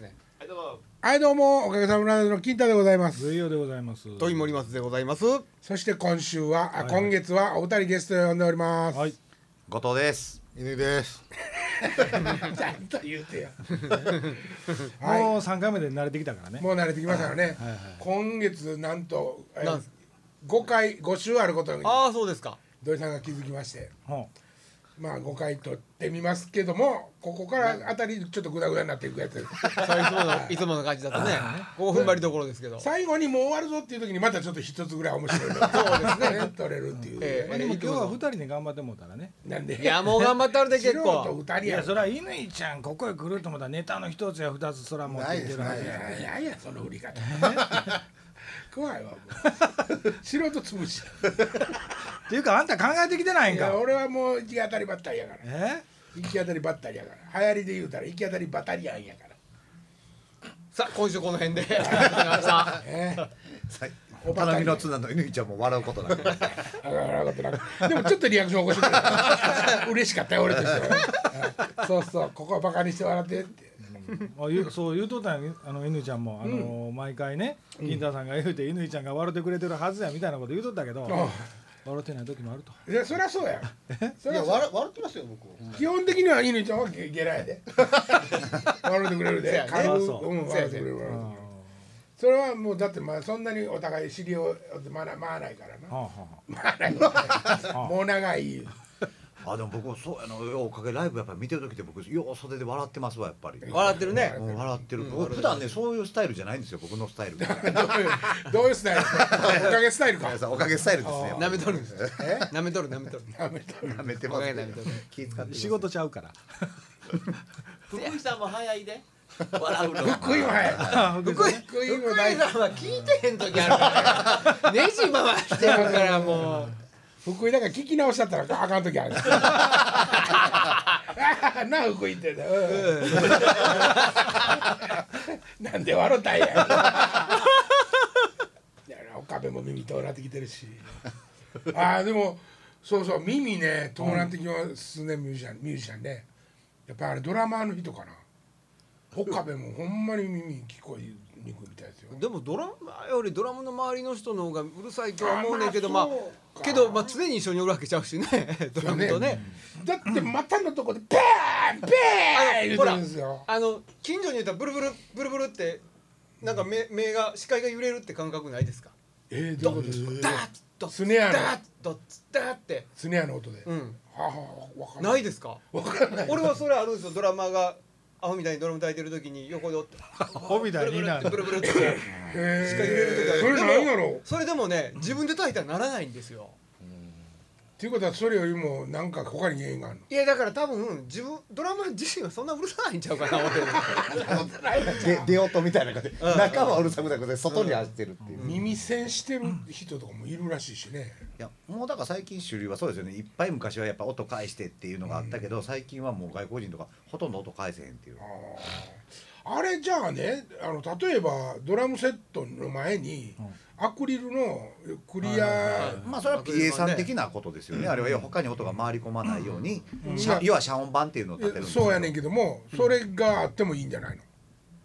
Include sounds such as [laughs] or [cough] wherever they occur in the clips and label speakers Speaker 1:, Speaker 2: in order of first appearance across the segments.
Speaker 1: ね
Speaker 2: はいどうも
Speaker 1: はいどうもおかげさまでの金太でございます
Speaker 3: 水曜でございます。
Speaker 2: 土井森松でございます
Speaker 1: そして今週は、あ
Speaker 3: はい
Speaker 1: 今月はお二人ゲストを呼んでおります、
Speaker 3: はい。
Speaker 4: 後藤です。
Speaker 5: 犬です。
Speaker 1: ちゃんと言うてよ
Speaker 3: [laughs]
Speaker 1: はい
Speaker 3: もう三回目で慣れてきたからね。
Speaker 1: もう慣れてきましたよね、
Speaker 3: はいはい
Speaker 1: 今月なんとえ
Speaker 2: なんす
Speaker 1: 5回5週あることに
Speaker 2: ああそうですか
Speaker 1: 土井さんが気づきまして
Speaker 3: ほ
Speaker 1: まあ5回取ってみますけどもここからあたりちょっとグダグダになっていくや
Speaker 3: [laughs]
Speaker 1: つ
Speaker 2: そういつものいつもの感じだとねここ踏ん張りどころですけど
Speaker 1: 最後にもう終わるぞっていう時にまたちょっと一つぐらい面白いのそうですね取れるっていう、
Speaker 3: う。
Speaker 2: え
Speaker 3: まあでも今日は二人で頑張ってもうたらね。
Speaker 1: なんで
Speaker 2: いやもう頑張ったるで結
Speaker 1: 素人
Speaker 2: 構
Speaker 1: 二人
Speaker 3: いや
Speaker 1: や
Speaker 3: そりゃ乾ちゃんここへ来ると思ったらネタの一つや二つそら持ってきてるはず
Speaker 1: い
Speaker 3: や。
Speaker 1: やいやいやその売り方 [laughs] 怖いわもう素人潰し
Speaker 3: っていうかあんた考えてきてない
Speaker 1: い
Speaker 3: ん
Speaker 1: や
Speaker 3: か。
Speaker 1: 俺はもう行き当たりばったりやから
Speaker 3: え？
Speaker 1: 行き当たりばったりやから流行りで言うたら行き当たりバタリアンやから
Speaker 2: さあ今週この [laughs] 辺でありがとうございました
Speaker 1: ね
Speaker 4: さ
Speaker 1: おばたに
Speaker 4: 頼みの綱の犬ちゃんも笑うことなく。
Speaker 1: あああああでもちょっとリアクション起こしてくれ
Speaker 4: [laughs]
Speaker 1: た嬉しかったよ俺としてはそうそうここはバカにして笑っ
Speaker 4: [laughs]
Speaker 1: てって
Speaker 3: あ言うそう言うとったんやあの乾ちゃんもあの毎回ね金太さんが言うて乾ちゃんが笑ってくれてるはずやみたいなこと言うとったけど
Speaker 1: あ
Speaker 3: 笑ってない時もあると。
Speaker 1: いやそりゃそうやそ
Speaker 5: い
Speaker 1: り
Speaker 5: や
Speaker 1: ゃそう
Speaker 5: 笑笑ってますよ僕。
Speaker 1: 基本的には犬ちゃんはゲゲラやで笑ってくれる
Speaker 2: せ
Speaker 1: で
Speaker 2: やね
Speaker 1: 軽う
Speaker 3: そうん
Speaker 1: 笑ってくれる笑ってくれるそれはもうだってまあそんなにお互い尻をまなまあないからな
Speaker 3: はあはあ。
Speaker 1: まあないからもう長いよ
Speaker 4: あでも僕もそうやのよおかげライブやっぱり見てる時って僕よう袖で笑ってますわやっぱり。
Speaker 2: 笑ってるね
Speaker 4: うん笑ってる。僕普段ねそういうスタイル [laughs] じゃないんですよ僕のスタイル。
Speaker 1: どういうどういうスタイルおかげスタイルか
Speaker 4: さんおかげスタイルですね。
Speaker 2: 舐めとるんです舐めとる舐めとる
Speaker 1: やめとる
Speaker 4: 舐めて
Speaker 2: お
Speaker 4: ますけ
Speaker 2: か
Speaker 4: ど
Speaker 2: げ舐めとる
Speaker 4: 気使って
Speaker 3: 仕事ちゃうから。
Speaker 6: 福井さんも早いで。笑うの。
Speaker 1: 福井も早い
Speaker 2: 福井
Speaker 1: 福
Speaker 2: 福
Speaker 1: 井
Speaker 2: 井
Speaker 1: も大事
Speaker 2: さんは聞いてへん時あるからねネジ回してるからもう
Speaker 1: 福井だから聞き直しちゃったらあかん時ある [laughs] なあ福井って、うん、なんで笑ったんやいや岡部も耳遠なってきてるしああでもそうそう耳ね遠なってきますね、ミュージシャンミュージシャンねやっぱあれドラマーの人かな岡部もほんまに耳聞こえにくいみたいですよ
Speaker 2: でもドラマよりドラムの周りの人の方がうるさいとは思うねんけど
Speaker 1: あ
Speaker 2: ま
Speaker 1: まあ
Speaker 2: あ
Speaker 1: そうか
Speaker 2: けどまあ常に一緒におるわけちゃうしねドラムとね
Speaker 1: だって股のとこでペーンペーン言うてるんですよ
Speaker 2: あの近所にいたらブルブルブルブルってなんか目目が視界が揺れるって感覚ないですか
Speaker 1: えー、どういうことですか
Speaker 2: ダーッと
Speaker 1: スネアの
Speaker 2: ダーッとダーッて
Speaker 1: スネアの音で、
Speaker 2: うん
Speaker 1: はあはあわかん
Speaker 2: ない
Speaker 1: で
Speaker 2: ですか俺はそれあるんですよドラマーがアホみたいにドラム叩いてる時に横でおって
Speaker 3: ホビだ
Speaker 2: ブルブ
Speaker 3: に
Speaker 2: ル
Speaker 3: な
Speaker 2: ってブ
Speaker 3: る。
Speaker 2: ルブル [laughs] って視界揺れる時あ
Speaker 1: へえ
Speaker 2: る
Speaker 1: それ何やろうっ
Speaker 2: それでもね自分で叩いたらならないんですよ
Speaker 1: ていうことはそれよりもなんか他に原因があるの
Speaker 2: いやだから多分自分ドラマ自身はそんなうるさないんちゃうかな思ってる
Speaker 4: で出音みたいな感じ。中はうるさくなくて外に走ってるっていう。い
Speaker 1: 耳栓してる人とかもいるらしいしね、
Speaker 4: やもうだから最近主流はそうですよね。いっぱい昔はやっぱ音返してっていうのがあったけど最近はもう外国人とかほとんど音返せへんっていう。
Speaker 1: あれじゃあねあの例えばドラムセットの前に、アクリルのクリア
Speaker 4: まあそれは PA さん的なことですよね、あれは要は他に音が回り込まないように、しゃ要は遮音板っていうのを立てるんですけど
Speaker 1: そうやねんけどもそれがあってもいいんじゃないの、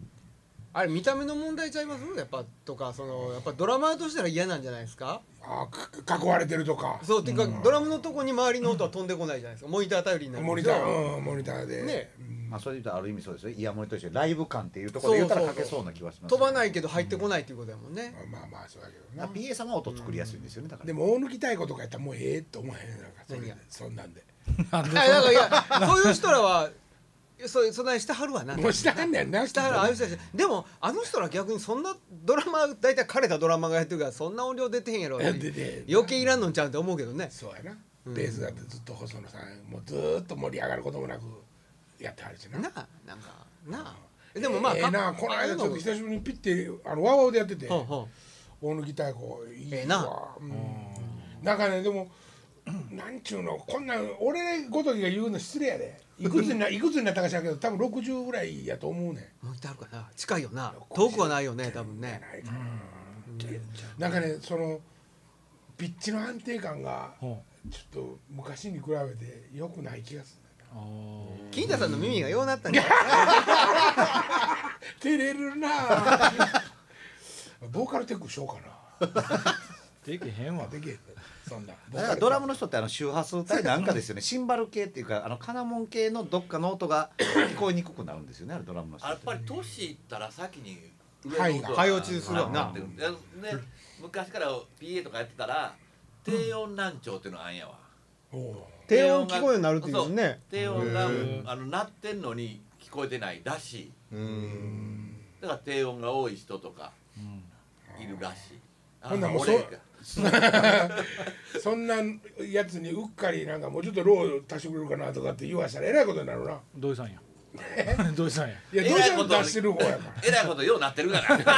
Speaker 2: [laughs] あれ見た目の問題ちゃいますやっぱとかそのやっぱドラマーとしたら嫌なんじゃないですか
Speaker 1: あーか囲われてるとか
Speaker 2: そうていうか、ドラムのとこに周りの音は飛んでこないじゃないですかモニター頼りになる
Speaker 1: モニター、うん、モニターで、
Speaker 2: ね
Speaker 4: まあそれで言うとある意味そうですよイヤモニとしてライブ感っていうところで言ったら
Speaker 2: そうそ
Speaker 4: か
Speaker 2: うそ
Speaker 4: け
Speaker 2: う
Speaker 4: そうな気はします
Speaker 2: 飛ばないいけど入ってこないっていうことだもんね、
Speaker 1: まあまあそうだけどな
Speaker 4: PA さんは音作りやすいんですよねだから
Speaker 1: でも大抜き太鼓とかやったらもうええと思えへんなんかそれ
Speaker 2: 何
Speaker 1: で
Speaker 2: が
Speaker 1: そんなんで
Speaker 2: いやだからいやそういう人らはそうそんなにしてはるわな
Speaker 1: もうしてはんねんな
Speaker 2: してはるああいう人たちでもあの人ら逆にそんなドラマ大体枯れたドラマがやってるからそんな音量出てへんやろ
Speaker 1: 出てへん
Speaker 2: 余計いらんのんちゃうんって思うけどね
Speaker 1: そうやなベースだってずっと細野さんもうずーっと盛り上がることもなくやってはるしな
Speaker 2: なあなんかなあえでもまあ
Speaker 1: ええなこの間ちょっと
Speaker 2: ょっ
Speaker 1: 久しぶりにピッてあのワウワウでやってて
Speaker 2: ほうほ
Speaker 1: 大抜き太鼓いいわ
Speaker 2: ええな
Speaker 1: うんなんかねでもなんちゅうのこんなん俺ごときが言うの失礼やでいくつにないくつになったか知らんけど多分60ぐらいやと思うねん
Speaker 2: うもう一回あるかな近いよな遠くはないよね多分ね
Speaker 1: ないかななんかねそのピッチの安定感がちょ
Speaker 3: ほ
Speaker 1: っと昔に比べて良くない気がする
Speaker 3: うあー
Speaker 2: 金田さんの耳がようなったんじゃない
Speaker 1: 照れるなぁボーカルテックしようかな
Speaker 3: できへんわ
Speaker 1: できへんねそんなボー
Speaker 4: だか
Speaker 1: カ
Speaker 4: ら
Speaker 1: ル
Speaker 4: ドラムの人ってあの周波数帯なんかですよねシンバル系っていうかあのカナモン系のどっかの音が聞こえにくくなるんですよねあれドラムの人
Speaker 6: やっぱり年いったら先に上の音
Speaker 2: はいはい落ちするわな
Speaker 6: なってるでね昔から PA とかやってたら低音難聴っていうのあんやわ
Speaker 1: おう
Speaker 2: 低音聞こえるようになるっていうね
Speaker 6: 低音が
Speaker 3: へー
Speaker 6: あの鳴ってんのに聞こえてないらしい
Speaker 2: うん
Speaker 6: だから低音が多い人とかいるらしいあ
Speaker 1: ほんならもう
Speaker 6: 俺
Speaker 1: そうそんなやつにうっかりなんかもうちょっとロー足してくれるかなとかって言わしたらえらいことになるな
Speaker 3: 土井さんや [laughs] 土井さんや
Speaker 1: いや
Speaker 6: え
Speaker 1: どう
Speaker 6: ら
Speaker 1: し
Speaker 6: い
Speaker 1: て
Speaker 6: こ
Speaker 1: も
Speaker 6: と
Speaker 1: 出してる方やから
Speaker 6: えらいことようなってるからな
Speaker 2: でも土井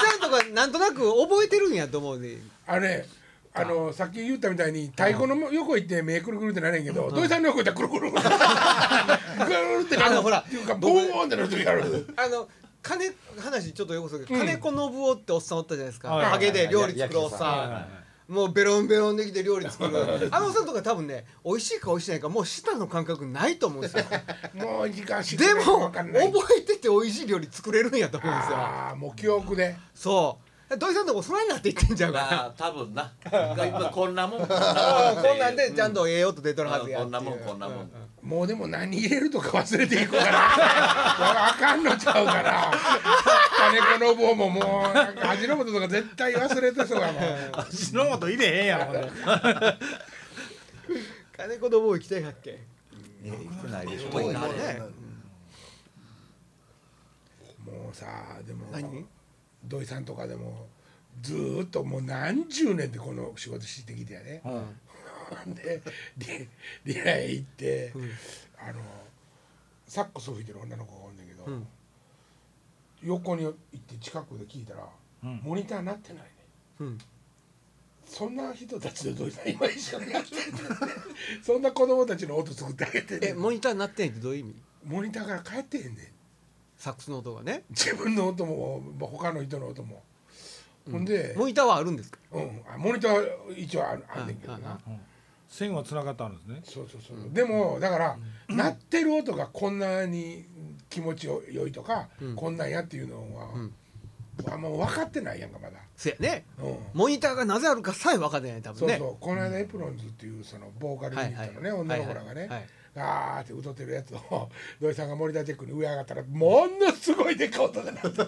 Speaker 2: さんとかなんとなく覚えてるんやと思うで
Speaker 1: あれあのさっき言ったみたいに太鼓の横行って目くるくるってなれんけど土井さんの横行ったらくるくるくるくるってな
Speaker 2: あ
Speaker 1: る
Speaker 2: のほら
Speaker 1: っていうかボーンってなる時ある
Speaker 2: あの金話ちょっとよこそけど金子信夫っておっさんおったじゃないですか
Speaker 3: はい
Speaker 2: ハゲで料理作るおっ
Speaker 4: はい
Speaker 2: さんもうベロンベロンできて料理作るあのおっさんとか多分ね美味しいか美味しくないかもう舌の感覚ないと思うんですよ
Speaker 1: もう時間し
Speaker 2: でも
Speaker 1: わか
Speaker 2: 覚
Speaker 1: んない
Speaker 2: えてて美味しい料理作れるんやと思うんですよ
Speaker 1: ああもう記憶で
Speaker 2: そう土井さんとこそないなって言ってんじゃんか
Speaker 6: まあ多分な今こんなもんこん
Speaker 2: な
Speaker 6: な
Speaker 2: う
Speaker 6: も
Speaker 2: ん
Speaker 6: ん
Speaker 2: こんなんでちゃんと栄養と出と
Speaker 6: う
Speaker 2: る
Speaker 6: ん
Speaker 2: はずや
Speaker 6: こんなもん
Speaker 2: っていう
Speaker 6: こんなもん
Speaker 1: もうでも何入れるとか忘れていくからあかんのちゃうから金子の棒ももうなんか味の素とか絶対忘れてそうやもん
Speaker 3: 味の素入れへんやろほんで
Speaker 2: 金子供行きたいかっけ
Speaker 4: いやいくないでしょ
Speaker 6: 多いな
Speaker 4: ね
Speaker 2: ね
Speaker 1: もうさでも
Speaker 2: 何
Speaker 1: 土井さんとかでもずーっともう何十年でこの仕事してきてやね、でリリラへ行って、あのサックス吹いてる女の子がおんねんけど、
Speaker 2: ん
Speaker 1: 横に行って近くで聞いたら、
Speaker 3: うん
Speaker 1: モニターなってないね
Speaker 2: うん
Speaker 1: そんな人たちと土井さん今一緒にやってるそんな [laughs] 子供たちの音作ってあげてんね
Speaker 2: え
Speaker 1: ん
Speaker 2: モニターになってないってどういう意味
Speaker 1: モニターから帰ってへんねん
Speaker 2: サックスの音がね
Speaker 1: 自分の音も他の人の音も、ほんで
Speaker 2: モニターはあるんですか
Speaker 1: うん、あモニター一応あるあんねんけど
Speaker 2: うんうんう。
Speaker 1: なん
Speaker 3: 線は繋がってあるんですね
Speaker 1: そうそうそう。でもだから、鳴ってる音がこんなに気持ちよいとか、こんなんやっていうのは、
Speaker 2: ん
Speaker 1: あんま分かってないやんかまだ。
Speaker 2: せやね
Speaker 1: うん。
Speaker 2: モニターがなぜあるかさえ分かってない多
Speaker 1: そ
Speaker 2: 分
Speaker 1: う
Speaker 2: ね
Speaker 1: そう。この間エプロンズっていうそのボーカルユニットのね、
Speaker 2: はいはい
Speaker 1: 女の子らがね。
Speaker 2: はいはい [laughs]
Speaker 1: ガーって歌ってるやつを土井さんがモニターチェックに上上がったらものすごいでかい音が鳴
Speaker 2: [laughs]
Speaker 1: ってて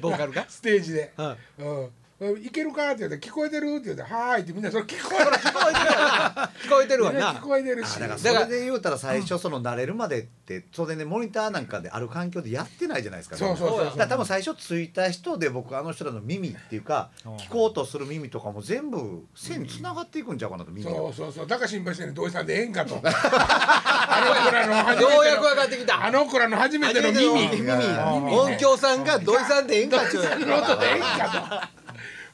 Speaker 2: ボーカルが
Speaker 1: ステージで
Speaker 2: うん
Speaker 1: 「うん、いけるか?」って言うて「聞こえてる?」って言うて「はーい」ってみんなそれ聞こえる
Speaker 2: 聞こえてるわな聞こえてるわ
Speaker 1: みんな聞
Speaker 2: な
Speaker 1: こえてるし
Speaker 4: だからそれで言うたら最初その慣れるまでって当然ねモニターなんかである環境でやってないじゃないですか
Speaker 1: そうそうそうそう
Speaker 4: だから多分最初ついた人で僕あの人らの耳っていうか
Speaker 3: うん
Speaker 4: 聞こうとする耳とかも全部線に繋がっていくんちゃうかなと耳が
Speaker 1: そうそうそうだから心配してね土井さんでええんかと [laughs] あの子らの初めて
Speaker 2: ようや
Speaker 1: の
Speaker 2: く分かってきた
Speaker 1: あの子らの初めての耳
Speaker 2: 初めて
Speaker 1: の
Speaker 2: の耳
Speaker 1: 耳
Speaker 2: 音響さんが土井さんでええ
Speaker 1: [laughs]
Speaker 2: んかちゅう
Speaker 1: 音でええんかと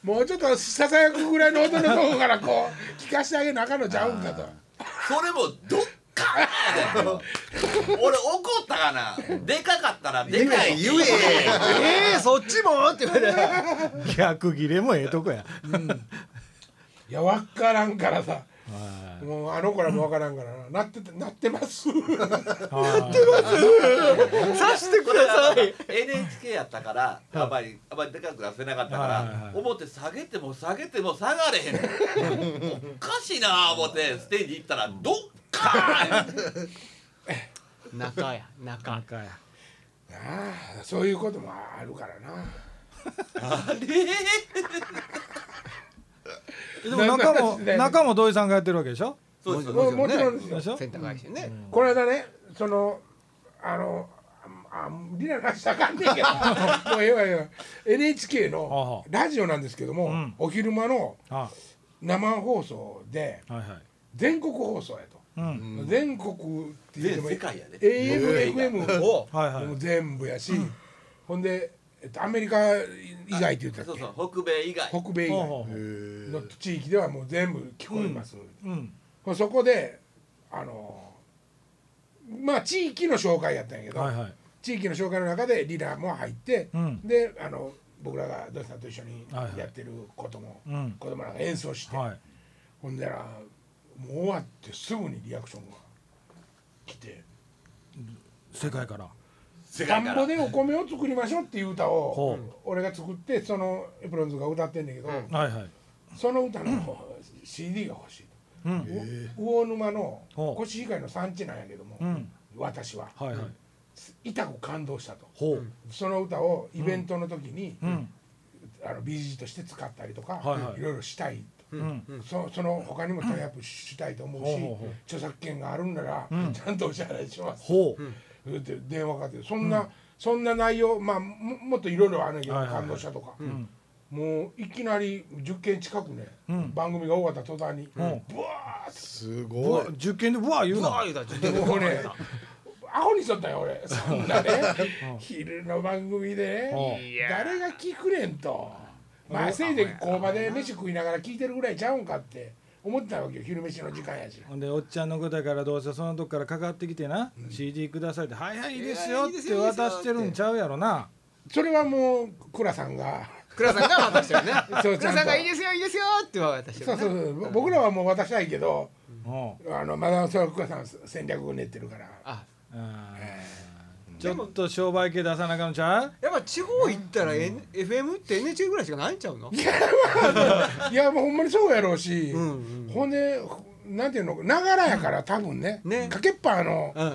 Speaker 1: もうちょっとささやくぐらいの音のとこからこう聞かしてあげなあかんのちゃうんかと
Speaker 6: それもどっかやで俺怒ったかなでかかったらでかい
Speaker 4: 言え
Speaker 2: ええそっちもって言われて
Speaker 3: 逆切れもええとこや
Speaker 1: いやわからんからさ
Speaker 3: は
Speaker 1: もうあの子らもわからんからななっててなってます [laughs]
Speaker 3: いはい
Speaker 2: 刺してください
Speaker 6: NHK やったからあんまりあんまりでかく出せなかったか
Speaker 3: はいはいはい
Speaker 6: ら表下げても下げても下がれへんおかしいな思ってステージ行ったらどっかー
Speaker 2: 中や中
Speaker 3: 赤や
Speaker 1: なあそういうこともあるからな
Speaker 6: あれ
Speaker 3: でも中も
Speaker 1: なんか
Speaker 3: 中も土井さんがやってるわけでしょ
Speaker 6: そうです
Speaker 1: もうもちろんですよ
Speaker 3: でしょ
Speaker 2: センター返してね
Speaker 1: この間ねそのあのああリラの話あかんねんけども
Speaker 3: [laughs]
Speaker 1: うええわええわ NHK の
Speaker 3: あ
Speaker 1: ラジオなんですけども、
Speaker 3: ん
Speaker 1: お昼間の
Speaker 3: あ
Speaker 1: 生放送で
Speaker 3: はいはい
Speaker 1: 全国放送やと、
Speaker 3: うん
Speaker 1: 全国って言っても
Speaker 6: 全世界やで
Speaker 1: AMFM
Speaker 2: お
Speaker 3: はいはい
Speaker 1: も全部やし、ほんで、えっと、アメリカ以外って言ったっけ
Speaker 6: そうそう北米以外
Speaker 1: 北米以
Speaker 3: ほう
Speaker 1: 外
Speaker 3: ほうほう
Speaker 1: の地域ではもう全部聞こえます、
Speaker 3: うん
Speaker 1: そこであのまあ地域の紹介やったんやけど、
Speaker 3: はいはい
Speaker 1: 地域の紹介の中でリラも入って、
Speaker 3: うん
Speaker 1: であの僕らが土井さんと一緒に
Speaker 3: はいはい
Speaker 1: やってることも、
Speaker 3: うん
Speaker 1: 子供らが演奏して、
Speaker 3: はい
Speaker 1: ほんだらもう終わってすぐにリアクションが来て
Speaker 3: 世界から
Speaker 6: 世
Speaker 1: 田
Speaker 6: 界
Speaker 1: ん
Speaker 6: から
Speaker 1: ぼでお米を作りましょうっていう歌を
Speaker 3: ほう
Speaker 1: 俺が作ってそのエプロンズが歌ってんだけど、
Speaker 2: うん
Speaker 3: はいはい
Speaker 1: その歌の CD が欲しいと、
Speaker 3: うん
Speaker 1: 魚沼の
Speaker 3: ほう
Speaker 1: コシヒカリの産地なんやけども、
Speaker 3: うん
Speaker 1: 私は
Speaker 3: はいはい
Speaker 1: 痛く感動したと
Speaker 3: ほう
Speaker 1: その歌をイベントの時に、
Speaker 3: うん
Speaker 1: あの BG として使ったりとか、
Speaker 3: はい
Speaker 1: い
Speaker 3: はい
Speaker 1: ろいろしたいと。
Speaker 3: うん
Speaker 1: そその他にもタイアップしたいと思うし、
Speaker 3: ほうほうほう
Speaker 1: 著作権があるんなら、ちゃんとお支払いします
Speaker 3: ほう
Speaker 1: で電話かけてそんな、そんな内容まあももっといろいろあるんやけど、
Speaker 3: はいはいはい
Speaker 1: 感動したとか、
Speaker 3: ん
Speaker 1: もういきなり10件近くね、
Speaker 3: ん
Speaker 1: 番組が終わった途端に、ブワーッ
Speaker 5: す
Speaker 3: う
Speaker 5: ごい
Speaker 3: わ受験でうわ言う
Speaker 2: うわ
Speaker 3: な
Speaker 2: ー言うたらちょっと
Speaker 1: ともうねアホにしとったよ俺そんなね昼の番組でね誰が聞くねんとまあせいぜい工場で飯食いながら聞いてるぐらいちゃうんかって思ってたわけよ昼飯の時間やし。
Speaker 3: ほんでおっちゃんのことやからどうせそのとこからかかってきてな CD くださいって「はいはいいいですよ」って渡してるんちゃうやろな
Speaker 1: それはもう倉さんが
Speaker 2: 倉さんが渡してるね
Speaker 1: そうちゃ
Speaker 2: 倉
Speaker 1: んと
Speaker 2: さんがいいですよいいですよって渡してる
Speaker 1: そう
Speaker 2: ね
Speaker 1: そうそう僕らはもう渡したいけど
Speaker 3: うん
Speaker 1: あのまだそれは倉さん戦略を練ってるから
Speaker 2: あ
Speaker 3: あーちょっと商売系出さなあかんのちゃう
Speaker 2: やっぱ地方行ったら、N FM って NHK ぐらいしかないんちゃうの
Speaker 1: いやもうほんまにそうやろうし、
Speaker 2: うん
Speaker 1: ほんでなんていうのながらやから多分ね
Speaker 2: ね
Speaker 1: かけっぱあの、
Speaker 2: うんうん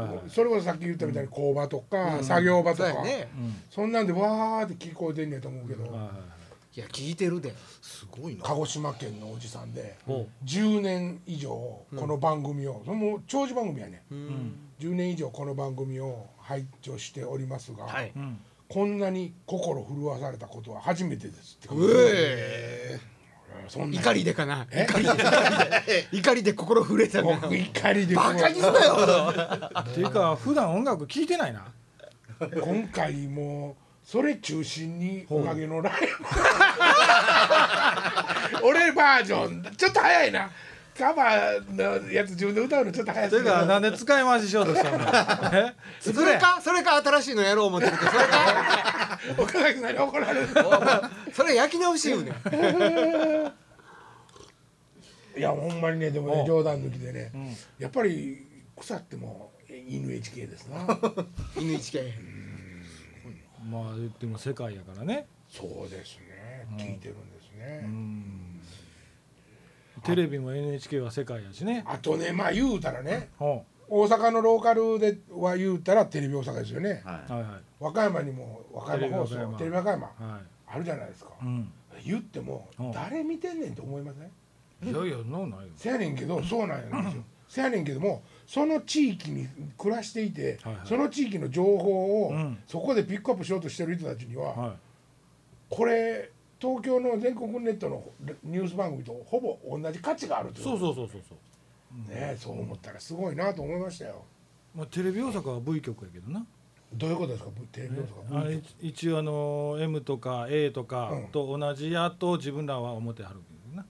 Speaker 3: はいはい
Speaker 1: それこそさっき言ったみたいに工場とか、作業場と
Speaker 2: そう
Speaker 1: か
Speaker 2: や、ね
Speaker 1: そんなんでわーって聞こえてんねんと思うけど、
Speaker 3: はいはい
Speaker 2: いや聞いてるです
Speaker 5: ごいな
Speaker 1: 鹿児島県のおじさんで、10年以上この番組を、そのもう長寿番組やね、10年以上この番組を拝聴しておりますが、
Speaker 2: はい
Speaker 3: うん
Speaker 1: こんなに心震わされたことは初めてですって
Speaker 2: うえ
Speaker 1: そんな
Speaker 2: 怒りでかな
Speaker 1: え
Speaker 2: 怒りで怒りで心震えたな
Speaker 1: 僕怒りで
Speaker 2: バカにすなよ
Speaker 3: っていうか普段音楽聴いてないな
Speaker 1: 今回もうそれ中心におかげのライブ俺バージョンちょっと早いなカバーのやつ自分で歌うのちょっと早
Speaker 3: て
Speaker 1: すぎ
Speaker 3: いう
Speaker 1: る
Speaker 3: [laughs] かなんで使い回ししようと [laughs] したのえ
Speaker 2: それかそれか新しいのやろう思ってるけどそれか
Speaker 1: 岡崎さんに怒られる
Speaker 2: それ焼き直し言うねん
Speaker 1: いやほんまにねでも
Speaker 3: う
Speaker 1: ね
Speaker 3: ん
Speaker 1: 冗談抜きでね、やっぱり腐っても NHK ですな
Speaker 2: NHK
Speaker 3: まあ言っても世界やからね
Speaker 1: そうですね聞いてるんですね、
Speaker 3: テレビも NHK は世界やしね
Speaker 1: あとねまあ言うたらね
Speaker 3: ほ
Speaker 1: 大阪のローカルでは言うたらテレビ大阪ですよね、
Speaker 3: うはいは
Speaker 1: 和歌山にも和歌山放送テ
Speaker 3: テ
Speaker 1: レ
Speaker 3: レ
Speaker 1: ビ
Speaker 3: ビ
Speaker 1: 和
Speaker 3: 和
Speaker 1: 歌山
Speaker 3: いは
Speaker 1: あるじゃないですか、
Speaker 3: いうん
Speaker 1: 言っても
Speaker 3: うん
Speaker 1: 誰見てんねんと思いません
Speaker 3: いやいやなんないよ
Speaker 1: せやねんけどそうなんやんですよせやねんけどもその地域に暮らしていて、
Speaker 3: はいはい
Speaker 1: その地域の情報を、
Speaker 3: うん
Speaker 1: そこでピックアップしようとしてる人たちには、
Speaker 3: は
Speaker 1: これ東京の全国ネットのニュース番組とほぼ同じ価値があると
Speaker 3: い
Speaker 1: い
Speaker 3: そう
Speaker 1: うこ
Speaker 3: そうそうそうそう
Speaker 1: とねえそう思ったらすごいなと思いましたよ
Speaker 3: まあテレビ大阪は V 局やけどな
Speaker 1: どういうことですかテレビです
Speaker 3: あ
Speaker 1: か
Speaker 3: れ一応あの M とか A とかと同じやと自分らは思ってはるけどな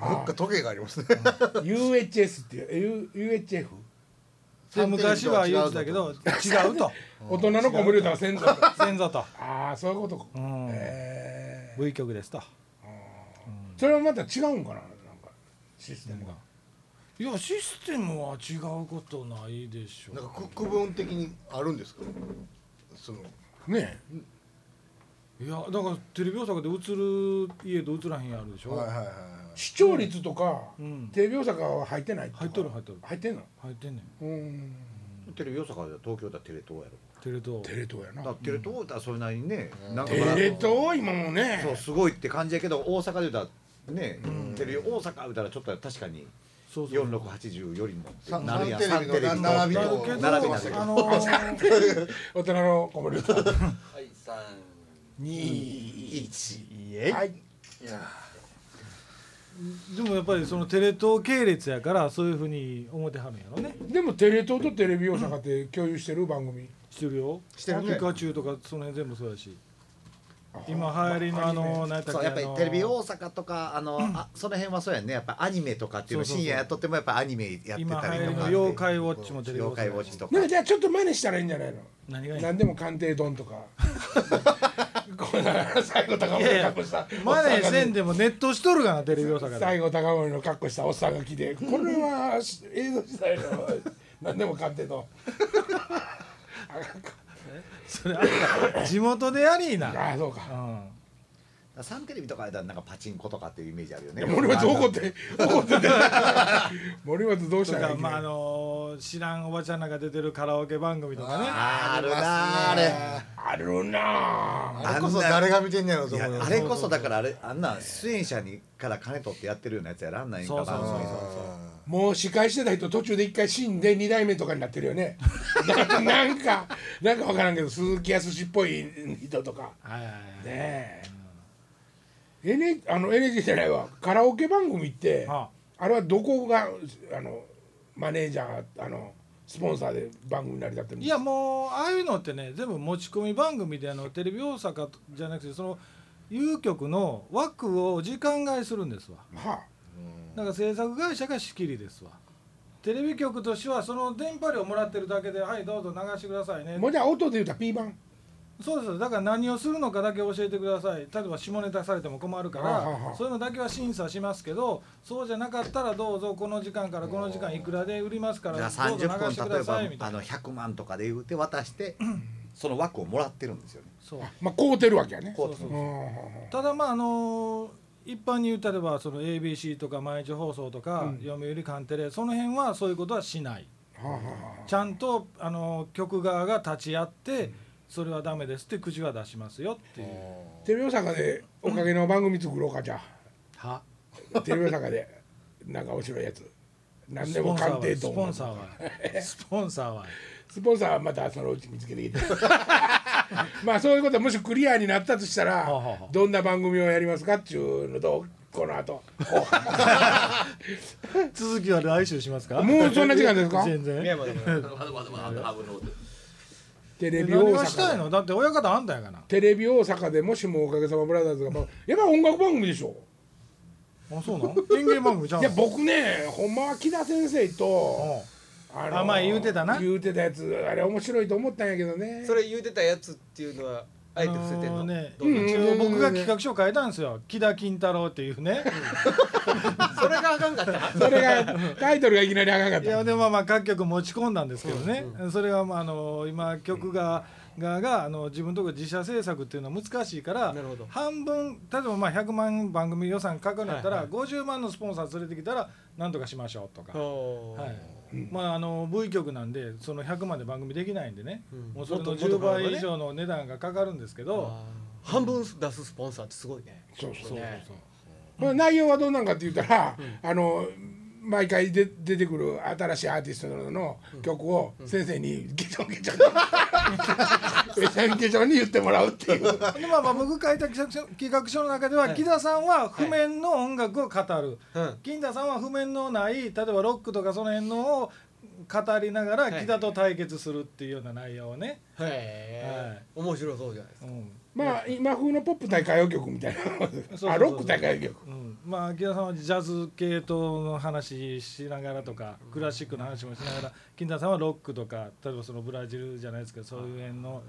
Speaker 5: どっか時計がありますね
Speaker 1: UHS っていう U- UHF
Speaker 3: で昔は言ってたけど違う [laughs] と
Speaker 1: 大人の子無料だせんぞと
Speaker 3: 先祖と
Speaker 1: ああそういうことか、
Speaker 3: ん
Speaker 1: え
Speaker 3: V 局ですと
Speaker 1: ーそれはまた違うんかななんかシステムが
Speaker 3: いやシステムは違うことないでしょ
Speaker 5: なんかく区分的にあるんですかその
Speaker 1: ね
Speaker 3: いやだからテレビ大阪で映る家と映らへんやあるでしょ、
Speaker 5: はいはいはいはい
Speaker 1: え視聴率とか、
Speaker 3: うん
Speaker 1: テレビ大阪は入ってないか
Speaker 3: 入っとる入っとる
Speaker 1: 入ってんの
Speaker 3: 入ってんねん
Speaker 1: うん
Speaker 4: テレビ大阪では東京だテレ東やろ
Speaker 3: テレ東
Speaker 1: テレ東
Speaker 4: だ
Speaker 1: やな
Speaker 4: からテレ東だそれなりにね、なんか
Speaker 1: テレ東今もね [laughs]
Speaker 4: そうすごいって感じやけど大阪で言うたらね、テレビ大阪言うたらちょっと確かに
Speaker 3: そうそう
Speaker 4: 4680よりも
Speaker 5: さ
Speaker 4: なるやん
Speaker 5: 三テレビの
Speaker 4: 三
Speaker 5: 並び
Speaker 3: なる
Speaker 5: と
Speaker 3: けど
Speaker 4: 並びなんだけど
Speaker 3: あのー、
Speaker 1: 大人の子無料だ
Speaker 6: はいさん
Speaker 1: 21はい
Speaker 3: でもやっぱりそのテレ東系列やからそういうふうに思ってはるんやろね
Speaker 1: でもテレ東とテレビ大阪って共有してる番組
Speaker 3: してるよ
Speaker 5: してるね
Speaker 3: ピカチュウとかその辺全部そうやし今流行りのあの何やったっ
Speaker 4: そう
Speaker 3: け
Speaker 4: やっぱりテレビ
Speaker 3: あの
Speaker 4: 大阪とかあの、あその辺はそうやねやっぱアニメとかっていうの
Speaker 3: そうそうそう
Speaker 4: 深夜やっとってもやっぱアニメやって
Speaker 3: 今
Speaker 4: た
Speaker 3: 流
Speaker 4: り
Speaker 3: 行
Speaker 4: と
Speaker 3: りの
Speaker 4: か
Speaker 3: 妖怪ウォッチもテレビ大
Speaker 4: 妖怪ウォ
Speaker 3: 阪
Speaker 4: ッチとか
Speaker 1: なんかじゃあちょっと真似したらいいんじゃないの
Speaker 3: 何がいい
Speaker 1: 何でも鑑定丼と
Speaker 3: [laughs]
Speaker 1: かこんな最後高
Speaker 3: い
Speaker 1: 森
Speaker 3: やい
Speaker 1: の
Speaker 3: や
Speaker 1: 格好した
Speaker 3: マネせんでもネットしとるがなテレビ大阪
Speaker 1: 最
Speaker 3: で
Speaker 1: 後高森の格好したおっさんが来てこれは映像時代の何でも鑑定丼
Speaker 3: それあんた地元でやりーな、
Speaker 1: ああそうか
Speaker 3: うん、
Speaker 4: サンテレビとかやったらなんかパチンコとかっていうイメージあるよね
Speaker 1: 森松怒って怒って
Speaker 3: [laughs]
Speaker 1: て森松どうし
Speaker 3: と
Speaker 1: たらい
Speaker 3: か
Speaker 1: い
Speaker 3: まああのー知らんおばちゃんなんか出てるカラオケ番組とかね
Speaker 4: あーあるなーあ
Speaker 5: り
Speaker 4: れ
Speaker 5: ますね
Speaker 1: あるなあ
Speaker 5: あれこそ誰が見てんねやろ
Speaker 4: い
Speaker 5: と思
Speaker 4: や
Speaker 5: うよ
Speaker 4: あれこそだからあれあんな出演者にから金取ってやってるようなやつやらんないんかな
Speaker 3: そうそうそうそう
Speaker 1: もう司会してた人途中で一回死んで二代目とかになってるよね [laughs] ななんかなんか分からんけど鈴木康っぽい人とか
Speaker 3: はいはいはい
Speaker 1: ねえ N あの NG じゃないわカラオケ番組って
Speaker 3: あ
Speaker 1: あれはどこがあのマネージャーあのスポンサーで番組成り立ってるん
Speaker 3: い
Speaker 1: です
Speaker 3: や
Speaker 1: か
Speaker 3: もうああいうのってね全部持ち込み番組であのテレビ大阪じゃなくてその有局の枠を時間外するんですわ
Speaker 1: は
Speaker 3: だから制作会社が仕切りですわテレビ局としてはその電波量もらってるだけではいどうぞ流してください
Speaker 1: あ、
Speaker 3: ね
Speaker 1: もうじゃあ音で言うたら P 版
Speaker 3: そうですだから何をするのかだけ教えてください例えば下ネタされても困るか
Speaker 1: あは
Speaker 3: ら
Speaker 1: は
Speaker 3: そういうのだけは審査しますけどそうじゃなかったらどうぞこの時間からこの時間いくらで売りますから
Speaker 4: じゃあ
Speaker 3: どうぞ流して
Speaker 4: 30分
Speaker 3: く
Speaker 4: 例
Speaker 3: だ
Speaker 4: え
Speaker 3: さいみ
Speaker 4: ば
Speaker 3: た
Speaker 4: あ
Speaker 3: いな
Speaker 4: の100万とかで言うて渡してその枠をもらってるんですよね
Speaker 3: そう
Speaker 1: まあこうてるわけやね
Speaker 4: こう
Speaker 3: そうそう
Speaker 1: うんうん
Speaker 3: ただまああの一般に言ったればその ABC とか毎日放送とか、読売カンテレその辺はそういうことはしない
Speaker 1: うんはあはあはあ
Speaker 3: ちゃんとあの局側が立ち会って、それはダメですって口は出しますよっていう
Speaker 1: テレビ大阪でおかげの番組作ろうかじゃ
Speaker 3: は
Speaker 1: あテレビ大阪でなんか面白いやつ何で
Speaker 3: スポ
Speaker 1: も
Speaker 3: ンサー
Speaker 1: 鑑定
Speaker 3: は
Speaker 1: と
Speaker 3: スポンサーは [laughs] スポンサーは
Speaker 1: スポンサーはまたそのうち見つけてきて [laughs] まあそういうことはもしクリアになったとしたら
Speaker 3: あはあ
Speaker 1: どんな番組をやりますかっていうのとこの
Speaker 3: [laughs]
Speaker 1: 後後半
Speaker 3: 続きは来週しますか
Speaker 1: もうそんな時間ですか
Speaker 3: 全然
Speaker 2: 山でも
Speaker 6: まだまだまだハーブの
Speaker 1: テレビ
Speaker 3: 何
Speaker 1: 大
Speaker 3: がしたい
Speaker 1: 阪で
Speaker 3: のだって親方あんたやがな
Speaker 1: テレビ大阪でもしもおかげさまブラザーズがまあやっぱ音楽番組でしょ
Speaker 3: あそうなん演芸番組ちゃ
Speaker 1: い
Speaker 3: うの
Speaker 1: や僕ねほんまは木田先生とあ
Speaker 3: あ前言うてたな
Speaker 1: 言うてたやつあれ面白いと思ったんやけどね
Speaker 2: それ言うてたやつっていうのはあえて伏せてん
Speaker 3: あ
Speaker 2: の、
Speaker 3: のね
Speaker 2: どうぞ
Speaker 1: うん
Speaker 3: 一応僕が企画書を書いたんですよ木田金太郎っていうね
Speaker 2: それがあかんかった
Speaker 1: それが
Speaker 3: [laughs]
Speaker 1: タイトルがいきなりあかんかっ
Speaker 3: い
Speaker 1: た
Speaker 3: やでもまあ各局持ち込んだんですけどね、それはまああの今局が側があの自分のところ自社制作っていうのは難しいから
Speaker 2: なるほど
Speaker 3: 半分例えばまあ100万番組予算かかるんやった
Speaker 2: は
Speaker 3: ら
Speaker 2: い
Speaker 3: 50万のスポンサー連れてきたらなんとかしましょうとか、
Speaker 2: [laughs] おー
Speaker 3: はいまあ、あの V 局なんでその100万で番組できないんでね、
Speaker 2: うん
Speaker 3: もうそれ
Speaker 2: も
Speaker 3: の
Speaker 2: っとも
Speaker 3: 10
Speaker 2: っとかかるね
Speaker 3: 倍以上の値段がかかるんですけど、
Speaker 2: あー半分出すスポンサーってすごいね
Speaker 1: そうそうそう
Speaker 2: ね
Speaker 1: そうまあ内容はどうなんかって言ったら、あの毎回で出てくる新しいアーティストの曲を先生にゲチョンゲチョンゲチョンゲチョンに言ってもらうっ
Speaker 3: [laughs]
Speaker 1: ていう
Speaker 3: でまあ、まあ僕書いた企画書企画書の中では、木田さんは譜面の音楽を語る、
Speaker 2: うん
Speaker 3: 金田さんは譜面のない例えばロックとかその辺のを語りながら
Speaker 2: はい
Speaker 3: 木田と対決するっていうような内容をね、
Speaker 2: へえ、面白そうじゃないです
Speaker 3: う
Speaker 2: か
Speaker 3: ん
Speaker 1: まあ今風のポップ大歌謡曲みたいな
Speaker 3: そうそう
Speaker 1: あロック大歌謡曲
Speaker 3: うんまあ木田さんはジャズ系統の話しながらとかクラシックの話もしながら金田さんはロックとか例えばそのブラジルじゃないですけどそういう辺の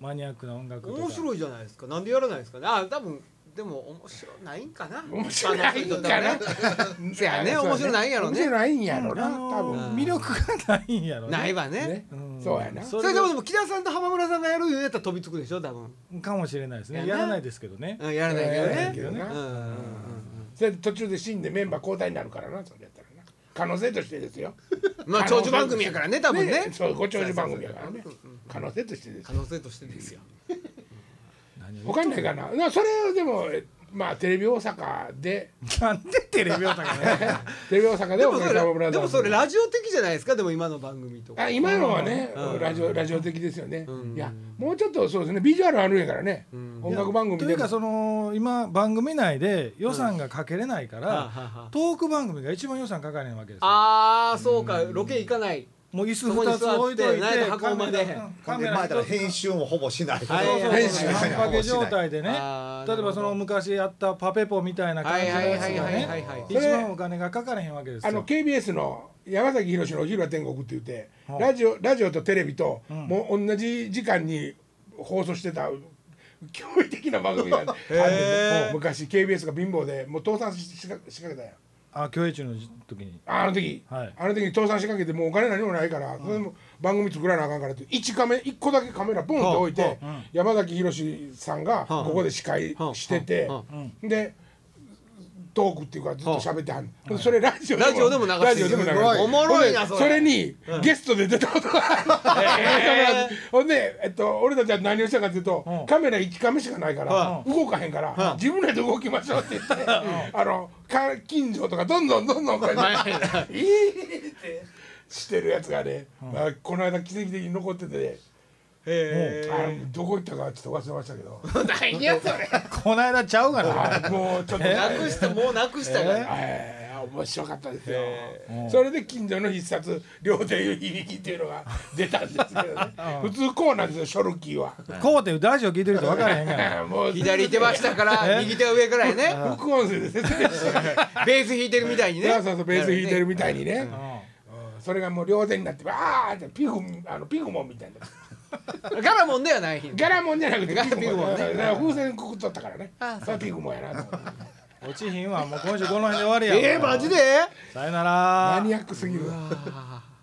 Speaker 3: マニアックな音楽とか
Speaker 2: 面白いじゃないですかなんでやらないんですかねあ多分でも面白ないんかな
Speaker 1: 面白ないんか
Speaker 2: あの
Speaker 1: な
Speaker 2: 人多分ね
Speaker 1: せや
Speaker 2: ね
Speaker 1: そう
Speaker 2: 面白ないんやろね
Speaker 1: 面白ないんやろ
Speaker 3: あ
Speaker 1: な
Speaker 3: の
Speaker 1: 多
Speaker 3: ー
Speaker 1: 分
Speaker 2: ん
Speaker 3: 魅力がないんやろ
Speaker 2: ないわ
Speaker 1: ね
Speaker 2: ね
Speaker 3: うん
Speaker 1: そうやな
Speaker 2: それでもでも木田さんと浜村さんがやる言うやったら飛びつくでしょ多分、
Speaker 3: かもしれないですね。
Speaker 2: や
Speaker 3: や
Speaker 2: な
Speaker 3: らないですけどね。
Speaker 2: うん、やらないけ
Speaker 1: や
Speaker 2: ど
Speaker 1: らない
Speaker 2: ね
Speaker 1: けどな
Speaker 2: うんうんうん
Speaker 1: それで途中で死んでメンバー交代になるからなそれやったらな可能性としてですよ
Speaker 2: うんまあ長寿番組やからね多分ね
Speaker 1: そうご長寿番組やからね可能性としてです
Speaker 2: 可能性としてですよ
Speaker 3: 何を
Speaker 1: 他にないかななそれをでもえまあテレビ大阪で
Speaker 3: なんでテレビ大阪
Speaker 2: [laughs]
Speaker 3: ね。
Speaker 1: テレビ大阪で
Speaker 2: で
Speaker 1: お
Speaker 2: も
Speaker 1: か
Speaker 2: そ
Speaker 1: げさまブ
Speaker 2: れ
Speaker 1: ラ
Speaker 2: で
Speaker 1: ザー
Speaker 2: も
Speaker 1: ズ
Speaker 2: それラジオ的じゃないですかでも今の番組とか
Speaker 1: あ今のはね
Speaker 2: うん
Speaker 1: ラジオラジオ的ですよね
Speaker 2: うん
Speaker 1: いやもうちょっとそうですねビジュアルあるんやからね
Speaker 2: うん
Speaker 1: 音楽番組
Speaker 3: とい
Speaker 1: で
Speaker 3: うか
Speaker 1: も
Speaker 3: その今番組内で予算がかけれないか
Speaker 2: はあは
Speaker 3: ら、
Speaker 2: あはあ
Speaker 3: トーク番組が一番予算かかれないわけですよ。
Speaker 2: あーそうかロケ行かない
Speaker 3: もう椅子二つ置いといて
Speaker 2: そこに座って何やったら箱まで
Speaker 3: カ
Speaker 4: で
Speaker 3: メラ
Speaker 4: まあだ
Speaker 3: カメラ
Speaker 4: から
Speaker 3: 一つ
Speaker 4: 編集もほぼしない
Speaker 2: はい
Speaker 3: そうそう
Speaker 1: 編集
Speaker 3: そう半パケ状態でね。
Speaker 2: あー
Speaker 3: 例えばそ
Speaker 2: なるほど
Speaker 3: の昔やったパペポみたいな感
Speaker 2: は
Speaker 3: じ
Speaker 2: い
Speaker 3: の
Speaker 2: はい
Speaker 3: や
Speaker 2: は
Speaker 3: つ
Speaker 2: い
Speaker 3: が
Speaker 2: はいはい
Speaker 3: ね、
Speaker 2: はい
Speaker 3: 一番お金がかからへんわけです
Speaker 1: あの
Speaker 3: よ。
Speaker 1: KBS の山崎宏の「お昼は天国」って言って
Speaker 3: はい
Speaker 1: ラジオラジオとテレビともう同じ時間に放送してた驚
Speaker 3: [laughs]
Speaker 1: 異的な番組があるんですよ昔 KBS が貧乏でもう倒産ししかしかけたやん
Speaker 3: あ共演中の時に
Speaker 1: あの時、
Speaker 3: はい
Speaker 1: あの時に倒産しかけてもうお金何もないから、それも番組作らなあかんからって1カメ一個だけカメラボンって置いて、山崎宏さんがここで司会してて、
Speaker 2: は
Speaker 1: でトークっていうかずっと喋ってはん、それラジオでも
Speaker 2: ラジオでも流して
Speaker 1: ラジオでも流れて
Speaker 2: おもろいなそ
Speaker 1: ほん
Speaker 2: れ
Speaker 1: でそれにゲストで出たこと
Speaker 2: [laughs]
Speaker 1: がある、カメラほんで、えっと、俺たちは何をしたかというと、
Speaker 3: うん
Speaker 1: カメラ1カメしかないから、動かへんから、
Speaker 2: ん
Speaker 1: 自分らで動きましょうって言って、あのか近所とかどんどんどんどんこれ、 [laughs] いいってしてるやつがね、まあ、この間奇跡的に残っててね、
Speaker 2: へ
Speaker 1: あのどこ行ったかちょっと忘れましたけ
Speaker 2: [laughs]
Speaker 1: ど
Speaker 2: え。何やそれ。
Speaker 3: この間ちゃうがな
Speaker 1: あもうちょっと、
Speaker 2: なくしたもうなくしたから。
Speaker 1: えー面白かったですよ、それで近所の必殺両手響きっていうのが出たんですけどね普通 [laughs] こうなんですよショルキーは
Speaker 3: こうてラジオ聞いてると分から
Speaker 2: [laughs]
Speaker 3: へんから
Speaker 1: [laughs] もう
Speaker 2: 左手は下から右手は上からやね。
Speaker 1: 副音声で説明 [laughs] してね
Speaker 2: ベース弾いてるみたいにね
Speaker 1: そう。そうそうベース弾いてるみたいにね、
Speaker 3: う
Speaker 1: うんそれがもう両手になってあーってピグあのピグモンみたいな
Speaker 2: ガラモンではない。
Speaker 1: ガラモンじゃなくて
Speaker 2: ガラ
Speaker 1: ピグモン
Speaker 2: ピグモ
Speaker 1: ねだから風船くくっとったからね
Speaker 2: あ
Speaker 1: それはピグモンやなと
Speaker 3: ん落ちひんわもう今週この辺で終わりや
Speaker 2: ええマジで。
Speaker 3: さよなら
Speaker 1: マニアックすぎるわ
Speaker 2: あー